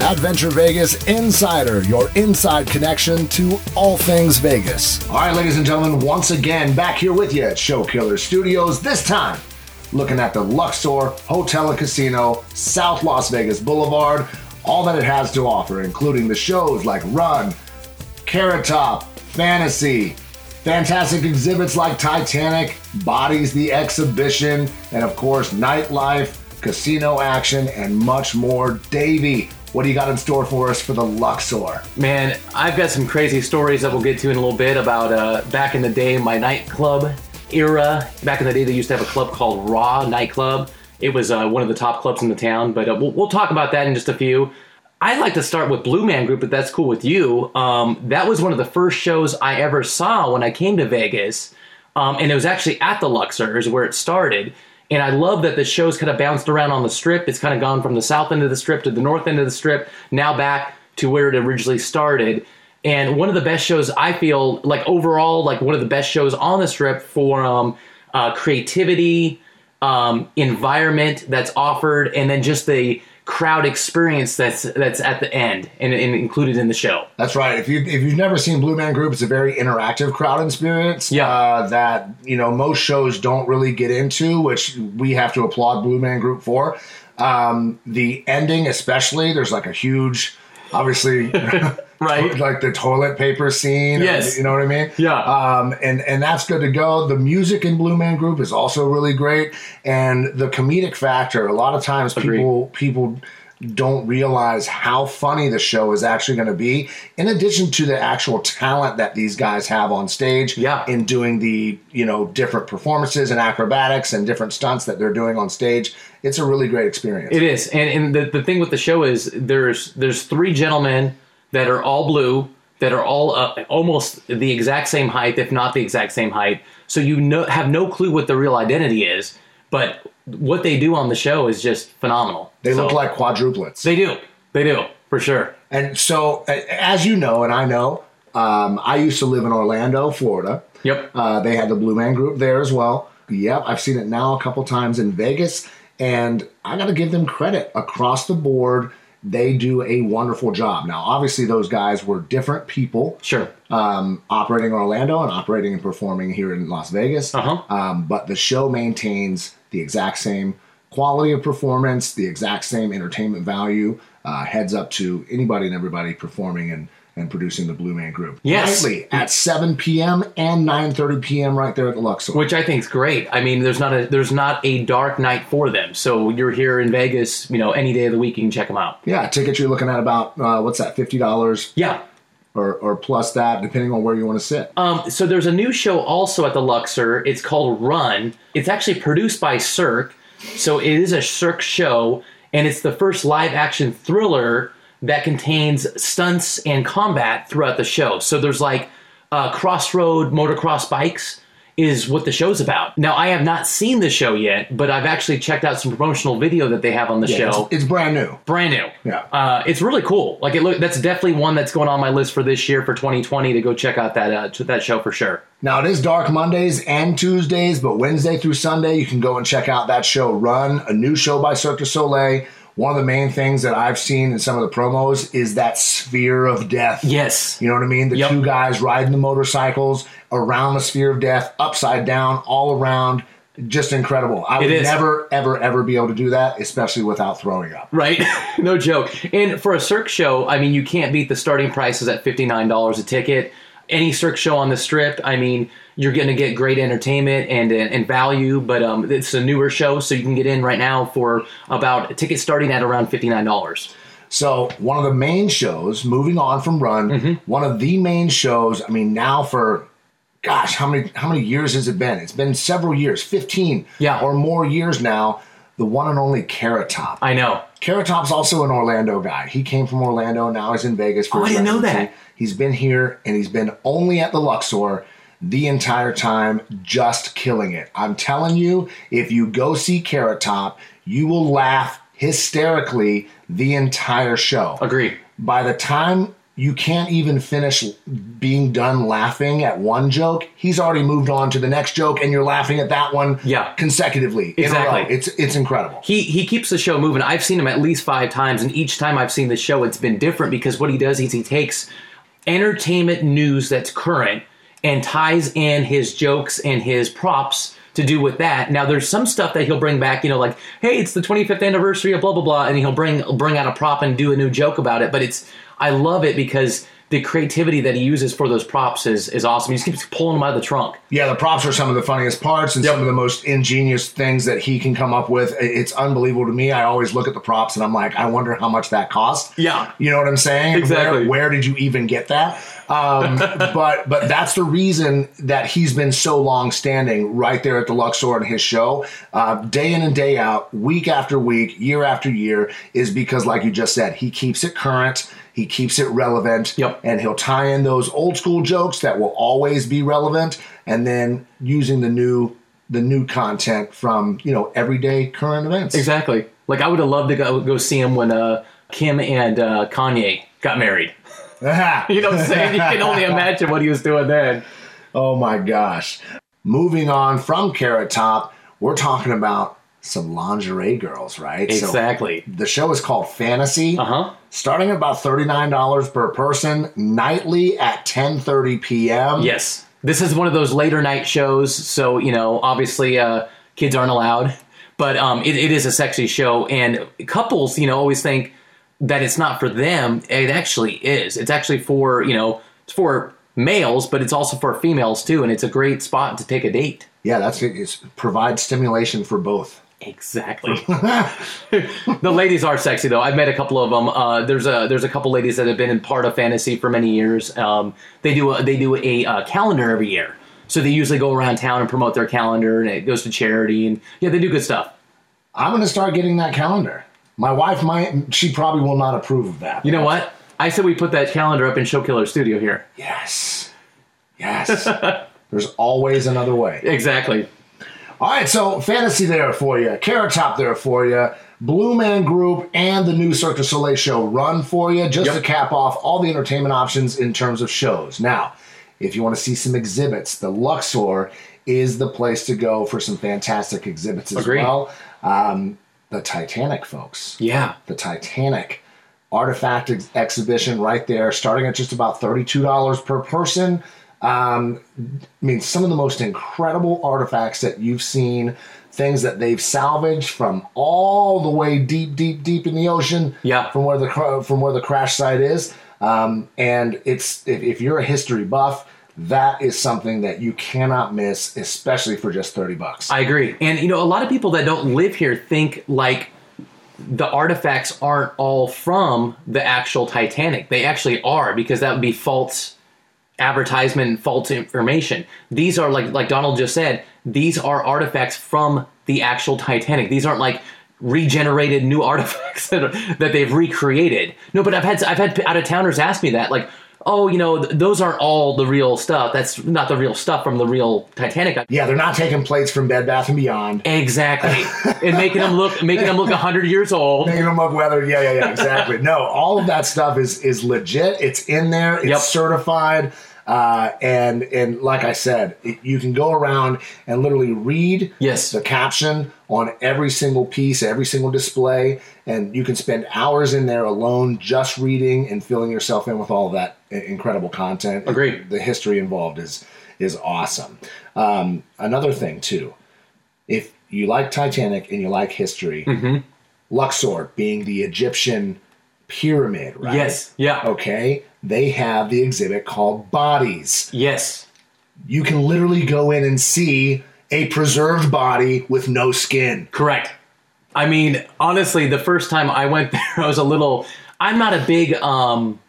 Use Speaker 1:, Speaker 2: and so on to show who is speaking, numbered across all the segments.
Speaker 1: Adventure Vegas Insider, your inside connection to all things Vegas.
Speaker 2: All right, ladies and gentlemen, once again, back here with you at Show Killer Studios. This time, looking at the Luxor Hotel and Casino, South Las Vegas Boulevard, all that it has to offer, including the shows like Run, Carrot Top, Fantasy, fantastic exhibits like Titanic, Bodies the Exhibition, and of course, nightlife, casino action, and much more. Davey, what do you got in store for us for the Luxor?
Speaker 3: Man, I've got some crazy stories that we'll get to in a little bit about uh, back in the day, my nightclub era. Back in the day, they used to have a club called Raw Nightclub. It was uh, one of the top clubs in the town, but uh, we'll, we'll talk about that in just a few. I'd like to start with Blue Man Group, if that's cool with you. Um, that was one of the first shows I ever saw when I came to Vegas, um, and it was actually at the Luxor, is where it started. And I love that the show's kind of bounced around on the strip. It's kind of gone from the south end of the strip to the north end of the strip, now back to where it originally started. And one of the best shows I feel like overall, like one of the best shows on the strip for um, uh, creativity, um, environment that's offered, and then just the crowd experience that's that's at the end and, and included in the show.
Speaker 2: That's right. If you if you've never seen Blue Man Group, it's a very interactive crowd experience.
Speaker 3: Yeah.
Speaker 2: Uh, that you know most shows don't really get into, which we have to applaud Blue Man Group for. Um, the ending, especially, there's like a huge, obviously,
Speaker 3: Right.
Speaker 2: like the toilet paper scene. or-
Speaker 3: Yes.
Speaker 2: you know what I mean.
Speaker 3: Yeah.
Speaker 2: Um, and and that's good to go. The music in Blue Man Group is also really great, and the comedic factor. A lot of times people people don't realize how funny the show is actually going to be. In addition to the actual talent that these guys have on stage,
Speaker 3: Yeah.
Speaker 2: in doing the you know different performances and acrobatics and different stunts that they're doing on stage, it's a really great experience.
Speaker 3: It is, and, and the, the thing with the show is there's there's three gentlemen that are all blue that are all uh, almost the exact same height, if not the exact same height. So you know, have no clue what their real identity is, but what they do on the show is just phenomenal.
Speaker 2: they
Speaker 3: So-
Speaker 2: look like quadruplets.
Speaker 3: they do, they do for sure.
Speaker 2: And so, a- as you know, and I know, um, I used to live in Orlando, Florida.
Speaker 3: Yep.
Speaker 2: Uh, they had the Blue Man Group there as well. Yep, I've seen it now a couple times in Vegas, and I got to give them credit across the board. They do a wonderful job. Now, obviously, those guys were different people
Speaker 3: Sure.
Speaker 2: um, operating in Orlando and operating and performing here in Las Vegas.
Speaker 3: Uh-huh.
Speaker 2: Um, but the show maintains the exact same quality of performance, the exact same entertainment value. Uh, heads up to anybody and everybody performing and, and producing the Blue Man Group.
Speaker 3: Yes.
Speaker 2: Nightly at 7 p.m. and 9.30 p.m. right there at the Luxor.
Speaker 3: Which I think is great. I mean, there's not a there's not a dark night for them. So you're here in Vegas, you know, any day of the week you can check them out.
Speaker 2: yeah, tickets you're looking at about, uh, what's that, $50
Speaker 3: Yeah.
Speaker 2: or, or plus that, depending on where you want to sit.
Speaker 3: Um, so there's a new show also at the Luxor. It's called Run. It's actually produced by Cirque. So it is a Cirque show, and it's the first live action thriller that contains stunts and combat throughout the show. So there's like uh, crossroad motocross bikes is what the show's about. Now I have not seen the show yet, but I've actually checked out some promotional video that they have on the
Speaker 2: It's,
Speaker 3: show
Speaker 2: it's brand new.
Speaker 3: brand new.
Speaker 2: Yeah.
Speaker 3: uh, it's really cool. Like it look, that's definitely one that's going on my list for this year for 2020 to go check out that uh, to that show for sure.
Speaker 2: Now it is dark Mondays and Tuesdays, but Wednesday through Sunday you can go and check out that show Run, a new show by Cirque du Soleil. One of the main things that I've seen in some of the promos is that sphere of death.
Speaker 3: Yes,
Speaker 2: You know what I mean? The
Speaker 3: Yep.
Speaker 2: two guys riding the motorcycles around the sphere of death, upside down, all around. Just incredible. I would
Speaker 3: is.
Speaker 2: never, ever, ever be able to do that, especially without throwing up.
Speaker 3: right, no joke. And for a Cirque show, I mean, you can't beat the starting prices at fifty nine dollars a ticket. Any Cirque show on the Strip, I mean, you're going to get great entertainment and uh, and, and value. But um, it's a newer show, so you can get in right now for about tickets starting at around fifty nine dollars.
Speaker 2: So one of the main shows, moving on from Run, one of the main shows. I mean, now for gosh, how many how many years has it been? It's been several years, fifteen
Speaker 3: Yeah.
Speaker 2: or more years now. The one and only Carrot Top.
Speaker 3: I know.
Speaker 2: Carrot Top's also an Orlando guy. He came from Orlando. Now he's in Vegas for.
Speaker 3: Oh, I
Speaker 2: his
Speaker 3: didn't know
Speaker 2: residency.
Speaker 3: that.
Speaker 2: He's been here and he's been only at the Luxor the entire time, just killing it. I'm telling you, if you go see Carrot Top, you will laugh hysterically the entire show
Speaker 3: Agree.
Speaker 2: by the time you can't even finish being done laughing at one joke. He's already moved on to the next joke, and you're laughing at that one
Speaker 3: Yeah.
Speaker 2: consecutively. in a
Speaker 3: Exactly.
Speaker 2: row. It's it's incredible.
Speaker 3: he he keeps the show moving. I've seen him at least five times, and each time I've seen the show, it's been different because what he does is he takes entertainment news that's current and ties in his jokes and his props to do with that. Now there's some stuff that he'll bring back, you know, like hey, it's the 25th anniversary of blah blah blah, and he'll bring bring out a prop and do a new joke about it. But it's I love it because the creativity that he uses for those props is is awesome. He just keeps pulling them out of the trunk.
Speaker 2: Yeah, the props are some of the funniest parts and some of the most ingenious things that he can come up with. I- It's unbelievable to me. I always look at the props and I'm like, I wonder how much that cost.
Speaker 3: Yeah.
Speaker 2: you know what I'm saying? Where,
Speaker 3: Exactly.
Speaker 2: where did you even get that? Um, but but that's the reason that he's been so long standing right there at the Luxor and his show, uh, day in and day out, week after week, year after year, is because like you just said, he keeps it current. He keeps it relevant,
Speaker 3: Yep.
Speaker 2: and he'll tie in those old school jokes that will always be relevant, and then using the new the new content from you know everyday current events.
Speaker 3: Exactly. Like I would have loved to go go see him when uh, Kim and uh, Kanye got married. You know what I'm saying? You can only imagine what he was doing then.
Speaker 2: Oh my gosh. Moving on from Carrot Top, we're talking about some lingerie girls, right? So
Speaker 3: Exactly.
Speaker 2: the show is called Fantasy.
Speaker 3: Uh-huh.
Speaker 2: Starting at about $39 per person nightly at 10:30 p.m.
Speaker 3: Yes. This is one of those later night shows, so you know, obviously, uh, kids aren't allowed. But um, it, it is a sexy show, and couples, you know, always think that it's not for them. It actually is. It's actually for you know, it's for males, but it's also for females too, and it's a great spot to take a date.
Speaker 2: Yeah, that's it. It's provide stimulation for both.
Speaker 3: Exactly. the ladies are sexy though. I've met a couple of them. Uh, there's a there's a couple ladies that have been in part of fantasy for many years. Um, they do a, they do a uh, calendar every year, so they usually go around town and promote their calendar, and it goes to charity, and yeah, they do good stuff.
Speaker 2: I'm going to start getting that calendar. My wife might she probably will not approve of that.
Speaker 3: You know what? I said we put that calendar up in Show Killer Studio here.
Speaker 2: Yes. Yes. There's always another way.
Speaker 3: Exactly.
Speaker 2: All right, so fantasy there for you, Carrot Top there for you, Blue Man Group, and the new Cirque du Soleil show run for you, just
Speaker 3: Yep.
Speaker 2: to cap off all the entertainment options in terms of shows. Now, if you want to see some exhibits, the Luxor is the place to go for some fantastic exhibits as
Speaker 3: Agreed.
Speaker 2: well. Um, the Titanic, folks,
Speaker 3: Yeah.
Speaker 2: the Titanic artifact ex- exhibition right there, starting at just about thirty-two dollars per person. Um, I mean, some of the most incredible artifacts that you've seen, things that they've salvaged from all the way deep, deep, deep in the ocean.
Speaker 3: Yeah.
Speaker 2: From where the cr- from where the crash site is, um, and it's if, if you're a history buff, that is something that you cannot miss, especially for just thirty bucks.
Speaker 3: I agree. And you know, a lot of people that don't live here think like the artifacts aren't all from the actual Titanic. They actually are because that would be false advertisement and false information. These are like like Donald just said, these are artifacts from the actual Titanic. These aren't like regenerated new artifacts that, are, that they've recreated. No, but I've had I've had out of towners ask me that like, "Oh, you know, th- those aren't all the real stuff. That's not the real stuff from the real Titanic."
Speaker 2: yeah, they're not taking plates from Bed Bath and Beyond.
Speaker 3: Exactly, and making them look making them look hundred years old.
Speaker 2: Making them look weathered. Yeah, yeah, yeah, exactly. no, all of that stuff is is legit. It's in there. It's
Speaker 3: Yep.
Speaker 2: certified. Uh, and and like I said, it, you can go around and literally read
Speaker 3: Yes.
Speaker 2: the caption on every single piece, every single display, and you can spend hours in there alone just reading and filling yourself in with all of that i- incredible content.
Speaker 3: Agreed.
Speaker 2: The history involved is is awesome. Um, another thing too, if you like Titanic and you like history,
Speaker 3: Mm-hmm.
Speaker 2: Luxor being the Egyptian pyramid, right?
Speaker 3: Yes, yeah,
Speaker 2: Okay. They have the exhibit called Bodies.
Speaker 3: yes,
Speaker 2: You can literally go in and see a preserved body with no skin.
Speaker 3: correct. I mean, honestly, the first time I went there, I was a little. I'm not a big um,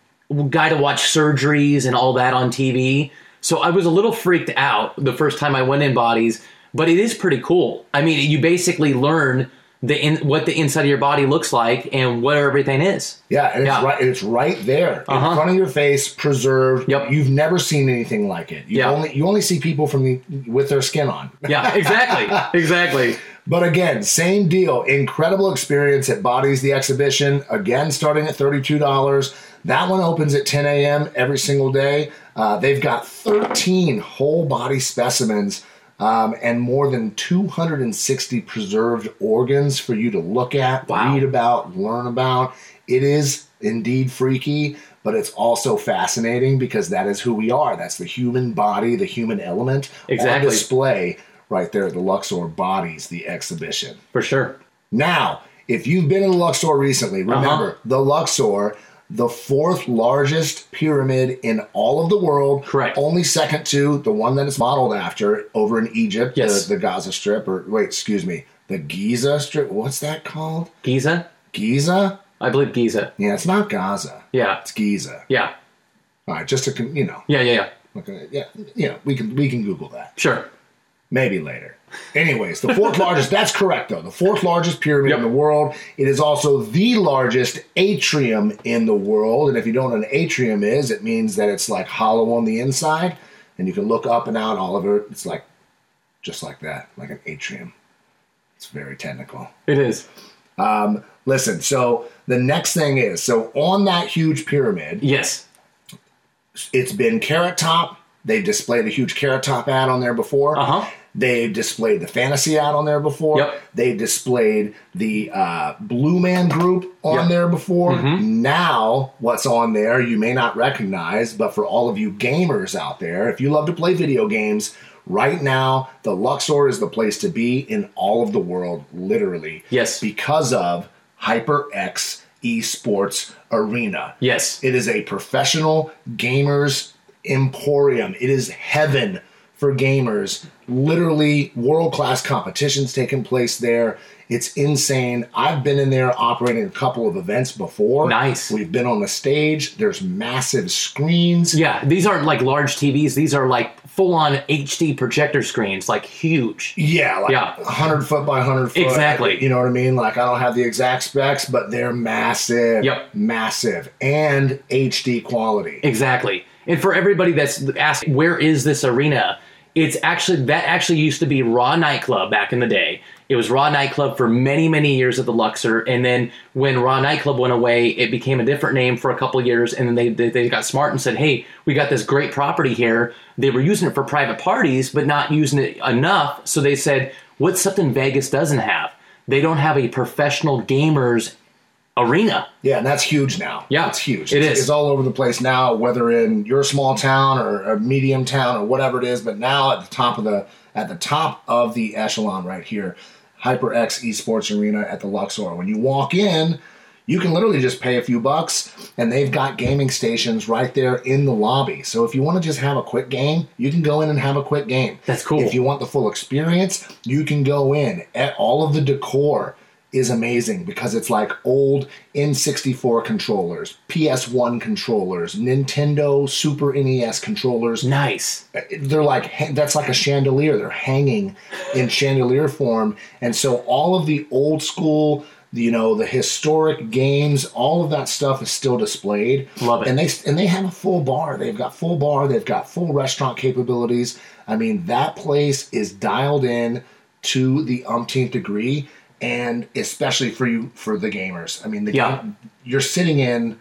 Speaker 3: guy to watch surgeries and all that on TV, so I was a little freaked out the first time I went in bodies. But it is pretty cool. I mean, you basically learn the in, what the inside of your body looks like and where everything is.
Speaker 2: Yeah, and it's
Speaker 3: Yeah.
Speaker 2: right it's right there
Speaker 3: Uh-huh.
Speaker 2: in front of your face, preserved.
Speaker 3: Yep.
Speaker 2: You've never seen anything like it. You
Speaker 3: Yeah.
Speaker 2: only you only see people from the, with their skin on.
Speaker 3: Yeah, exactly, exactly.
Speaker 2: But again, same deal. Incredible experience at Bodies the Exhibition. Again, starting at $32. That one opens at 10 a.m. every single day. Uh, they've got 13 whole body specimens um, and more than 260 preserved organs for you to look at,
Speaker 3: Wow.
Speaker 2: read about, learn about. It is indeed freaky, but it's also fascinating because that is who we are. That's the human body, the human element on
Speaker 3: Exactly.
Speaker 2: display right there at the Luxor Bodies, the exhibition.
Speaker 3: for sure.
Speaker 2: Now, if you've been in Luxor recently,
Speaker 3: Uh-huh.
Speaker 2: remember the Luxor, the fourth largest pyramid in all of the world.
Speaker 3: Correct.
Speaker 2: Only second to the one that it's modeled after over in Egypt, the-
Speaker 3: Yes.
Speaker 2: the, Gaza Strip, or wait, excuse me, the Giza Strip. What's that called?
Speaker 3: Giza?
Speaker 2: Giza?
Speaker 3: I believe Giza.
Speaker 2: Yeah, it's not Gaza.
Speaker 3: Yeah.
Speaker 2: It's Giza.
Speaker 3: Yeah.
Speaker 2: All right, just to con- you know,
Speaker 3: Yeah, yeah, yeah.
Speaker 2: look at it. yeah, you know, we can we can Google that.
Speaker 3: Sure.
Speaker 2: Maybe later. Anyways, the fourth largest, that's correct though. The fourth largest pyramid in the world. It is also the largest atrium in the world. And if you don't know what an atrium is, it means that it's like hollow on the inside and you can look up and out all over it. It's like just like that, like an atrium. It's very technical.
Speaker 3: It is.
Speaker 2: Listen, so the next thing is so on that huge pyramid,
Speaker 3: Yes.
Speaker 2: it's been Carrot Top. They've displayed a huge Carrot Top ad on there before.
Speaker 3: Uh-huh.
Speaker 2: They've displayed the fantasy ad on there before.
Speaker 3: Yep.
Speaker 2: They've displayed the uh, Blue Man Group on
Speaker 3: Yep. Mm-hmm.
Speaker 2: there before. Now, what's on there you may not recognize, but for all of you gamers out there, if you love to play video games, right now the Luxor is the place to be in all of the world, literally.
Speaker 3: Yes.
Speaker 2: Because of HyperX Esports Arena.
Speaker 3: Yes.
Speaker 2: It is a professional gamers emporium. It is heaven for gamers. Literally, world class competitions taking place there. It's insane. I've been in there operating a couple of events before.
Speaker 3: Nice.
Speaker 2: We've been on the stage. There's massive screens.
Speaker 3: Yeah. These aren't like large TVs. These are like full on HD projector screens, like huge.
Speaker 2: Yeah, like
Speaker 3: Yeah.
Speaker 2: 100 foot by 100 foot.
Speaker 3: Exactly.
Speaker 2: You know what I mean? Like, I don't have the exact specs, but they're massive.
Speaker 3: Yep.
Speaker 2: Massive. And HD quality.
Speaker 3: Exactly. And for everybody that's asked, where is this arena? It's actually that actually used to be Raw Nightclub back in the day. It was Raw Nightclub for many, many years at the Luxor, and then when Raw Nightclub went away, it became a different name for a couple of years, and then they, they they got smart and said, "Hey, we got this great property here." They were using it for private parties, but not using it enough, so they said, "What's something Vegas doesn't have? They don't have a professional gamers arena."
Speaker 2: Yeah, and that's huge now.
Speaker 3: Yeah,
Speaker 2: it's huge.
Speaker 3: it
Speaker 2: it's,
Speaker 3: is.
Speaker 2: It's all over the place now, whether in your small town or a medium town or whatever it is. But now at the top of the at the top of the echelon right here, HyperX Esports Arena at the Luxor. When you walk in, you can literally just pay a few bucks, and they've got gaming stations right there in the lobby. So if you want to just have a quick game, you can go in and have a quick game.
Speaker 3: That's cool.
Speaker 2: If you want the full experience, you can go in. At all of the decor is amazing because it's like old N64 controllers, PS1 controllers, Nintendo Super NES controllers.
Speaker 3: Nice.
Speaker 2: They're like ha- that's like a chandelier. They're hanging in chandelier form, and so all of the old school. You know the historic games, all of that stuff is still displayed.
Speaker 3: Love it.
Speaker 2: And they and they have a full bar. They've got full bar. They've got full restaurant capabilities. I mean, that place is dialed in to the umpteenth degree, and especially for you for the gamers. I mean, the
Speaker 3: Yeah.
Speaker 2: game, you're sitting in,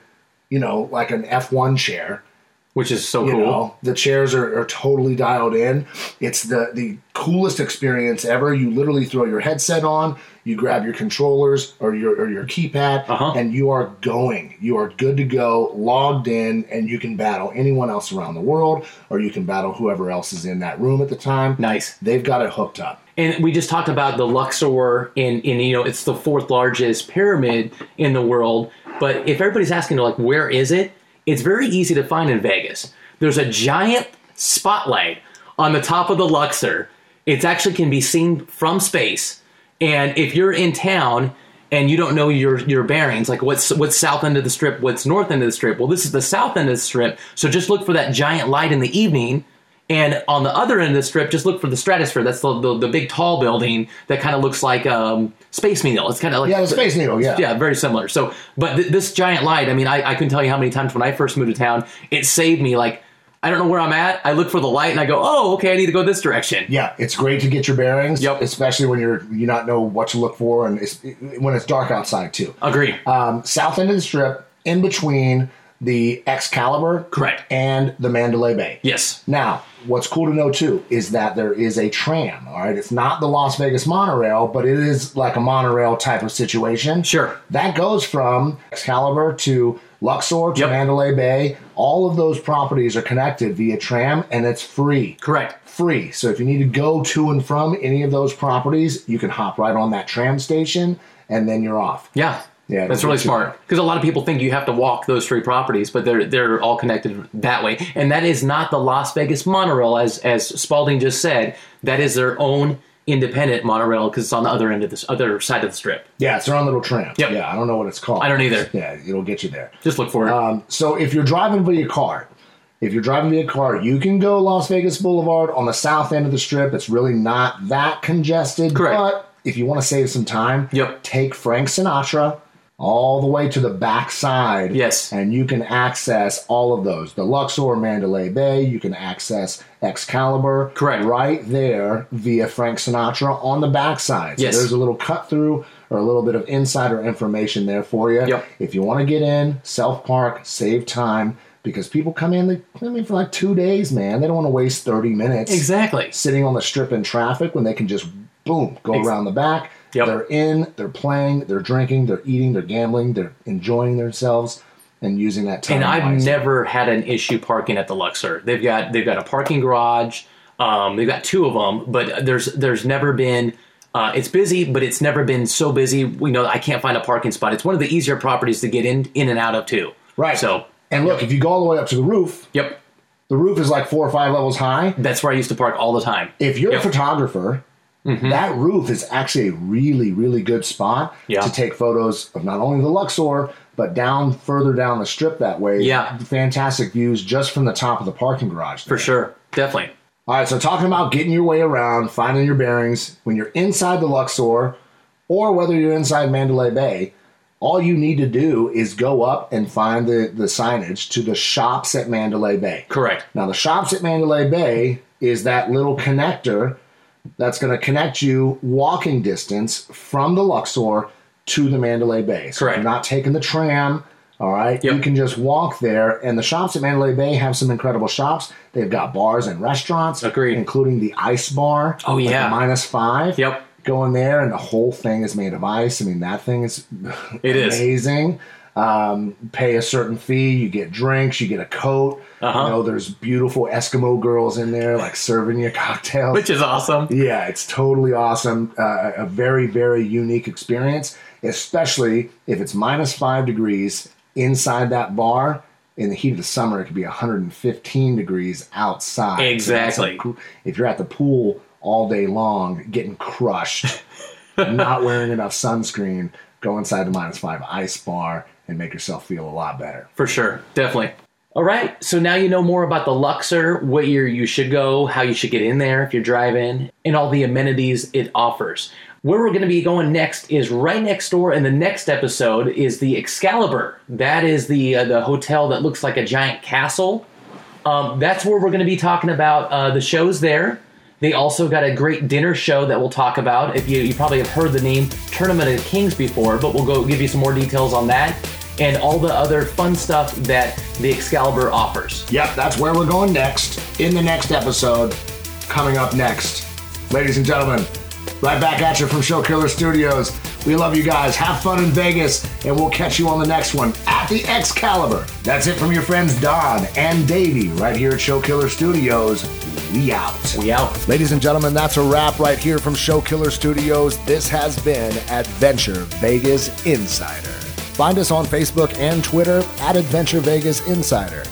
Speaker 2: you know, like an F1 chair.
Speaker 3: Which is so
Speaker 2: You
Speaker 3: cool.
Speaker 2: know, the chairs are, are totally dialed in. It's the the coolest experience ever. You literally throw your headset on, you grab your controllers or your or your keypad,
Speaker 3: Uh-huh.
Speaker 2: and you are going. You are good to go, logged in, and you can battle anyone else around the world, or you can battle whoever else is in that room at the time.
Speaker 3: Nice.
Speaker 2: They've got it hooked up.
Speaker 3: And we just talked about the Luxor, and, and you know it's the fourth largest pyramid in the world. But if everybody's asking, like, where is it? It's very easy to find in Vegas. There's a giant spotlight on the top of the Luxor. It actually can be seen from space. And if you're in town and you don't know your your bearings, like what's what's south end of the strip, what's north end of the strip? Well, this is the south end of the strip. So just look for that giant light in the evening. And on the other end of the strip, just look for the stratosphere. That's the the, the big tall building that kind of looks like um, Space Needle. It's kind of like
Speaker 2: Yeah, the Space Needle. Yeah,
Speaker 3: yeah, very similar. So, but th- this giant light, I mean, I, I couldn't tell you how many times when I first moved to town, it saved me. Like, I don't know where I'm at. I look for the light and I go, oh, okay, I need to go this direction.
Speaker 2: Yeah, it's great to get your bearings,
Speaker 3: Yep.
Speaker 2: especially when you're you not know what to look for, and it's, when it's dark outside too.
Speaker 3: Agree.
Speaker 2: um, south end of the strip, in between the Excalibur,
Speaker 3: Correct.
Speaker 2: and the Mandalay Bay.
Speaker 3: Yes.
Speaker 2: Now, what's cool to know too is that there is a tram. All right, it's not the Las Vegas monorail, but it is like a monorail type of situation.
Speaker 3: Sure.
Speaker 2: that goes from Excalibur to Luxor to
Speaker 3: Yep.
Speaker 2: Mandalay Bay. All of those properties are connected via tram, and it's free.
Speaker 3: Correct.
Speaker 2: Free. So if you need to go to and from any of those properties, you can hop right on that tram station, and then you're off.
Speaker 3: Yeah.
Speaker 2: Yeah,
Speaker 3: That's
Speaker 2: no,
Speaker 3: really
Speaker 2: it's-
Speaker 3: smart because a lot of people think you have to walk those three properties, but they're they're all connected that way. And that is not the Las Vegas monorail, as as Spalding just said. That is their own independent monorail because it's on the other end of this other side of the strip.
Speaker 2: Yeah, it's their own little tram.
Speaker 3: Yep.
Speaker 2: Yeah, I don't know what it's called.
Speaker 3: I don't either.
Speaker 2: Yeah, it'll get you there.
Speaker 3: Just look for it.
Speaker 2: Um, so if you're driving via car, if you're driving via car, you can go Las Vegas Boulevard on the south end of the strip. It's really not that congested.
Speaker 3: Correct.
Speaker 2: But if you want to save some time,
Speaker 3: Yep.
Speaker 2: take Frank Sinatra all the way to the back side.
Speaker 3: Yes.
Speaker 2: And you can access all of those. The Luxor, Mandalay Bay, you can access Excalibur.
Speaker 3: Correct.
Speaker 2: Right there via Frank Sinatra on the back side. So
Speaker 3: Yes.
Speaker 2: there's a little cut through or a little bit of insider information there for you.
Speaker 3: Yep.
Speaker 2: If you want to get in, self park, save time because people come in, they come in for like two days, man. They don't want to waste 30 minutes
Speaker 3: exactly.
Speaker 2: sitting on the strip in traffic when they can just boom go
Speaker 3: Ex-
Speaker 2: around the back.
Speaker 3: Yep.
Speaker 2: They're in, they're playing, they're drinking, they're eating, they're gambling, they're enjoying themselves and using that time.
Speaker 3: and I've
Speaker 2: wisely.
Speaker 3: never had an issue parking at the Luxor. They've got they've got a parking garage. Um, they've got two of them, but there's there's never been. Uh, it's busy, but it's never been so busy. We know I can't find a parking spot. It's one of the easier properties to get in in and out of too.
Speaker 2: right.
Speaker 3: So
Speaker 2: and look, if you go all the way up to the roof,
Speaker 3: yep,
Speaker 2: the roof is like four or five levels high.
Speaker 3: that's where I used to park all the time.
Speaker 2: if you're
Speaker 3: Yep.
Speaker 2: a photographer,
Speaker 3: Mm-hmm.
Speaker 2: that roof is actually a really, really good spot
Speaker 3: Yeah.
Speaker 2: to take photos of not only the Luxor, but down further down the strip that way.
Speaker 3: Yeah.
Speaker 2: Fantastic views just from the top of the parking garage.
Speaker 3: For sure, definitely.
Speaker 2: All right, so talking about getting your way around, finding your bearings, when you're inside the Luxor or whether you're inside Mandalay Bay, all you need to do is go up and find the, the signage to the shops at Mandalay Bay.
Speaker 3: Correct.
Speaker 2: Now, the shops at Mandalay Bay is that little connector that's going to connect you walking distance from the Luxor to the Mandalay Bay. So
Speaker 3: Correct.
Speaker 2: You're not taking the tram. All right,
Speaker 3: Yep.
Speaker 2: you can just walk there, and the shops at Mandalay Bay have some incredible shops. They've got bars and restaurants,
Speaker 3: Agreed.
Speaker 2: including the Ice Bar.
Speaker 3: Oh,
Speaker 2: like the
Speaker 3: yeah.
Speaker 2: minus five.
Speaker 3: Yep.
Speaker 2: Go in there, and the whole thing is made of ice. I mean, that thing is
Speaker 3: It is.
Speaker 2: amazing. Um, pay a certain fee, you get drinks, you get a coat.
Speaker 3: Uh-huh.
Speaker 2: You know, there's beautiful Eskimo girls in there, like serving you cocktails.
Speaker 3: Which is awesome.
Speaker 2: yeah, it's totally awesome. Uh, a very, very unique experience, especially if it's minus five degrees inside that bar. In the heat of the summer, it could be 115 degrees outside. So that's
Speaker 3: Exactly.
Speaker 2: a cr- if you're at the pool all day long, getting crushed, not wearing enough sunscreen, go inside the minus five ice bar and make yourself feel a lot better.
Speaker 3: For sure, definitely. All right, so now you know more about the Luxor, what year you should go, how you should get in there if you're driving, and all the amenities it offers. Where we're going to be going next is right next door, and the next episode is the Excalibur. That is the uh, the hotel that looks like a giant castle. Um, that's where we're going to be talking about uh, the shows there. They also got a great dinner show that we'll talk about. If you, you probably have heard the name Tournament of Kings before, but we'll go give you some more details on that and all the other fun stuff that the Excalibur offers.
Speaker 2: Yep, that's where we're going next. In the next episode, coming up next, ladies and gentlemen, right back at you from Show Killer Studios. We love you guys. Have fun in Vegas, and we'll catch you on the next one at the Excalibur. That's it from your friends Don and Davey right here at Show Killer Studios. We out.
Speaker 3: We out.
Speaker 1: Ladies and gentlemen, that's a wrap right here from Showkiller Studios. This has been Adventure Vegas Insider. Find us on Facebook and Twitter at Adventure Vegas Insider.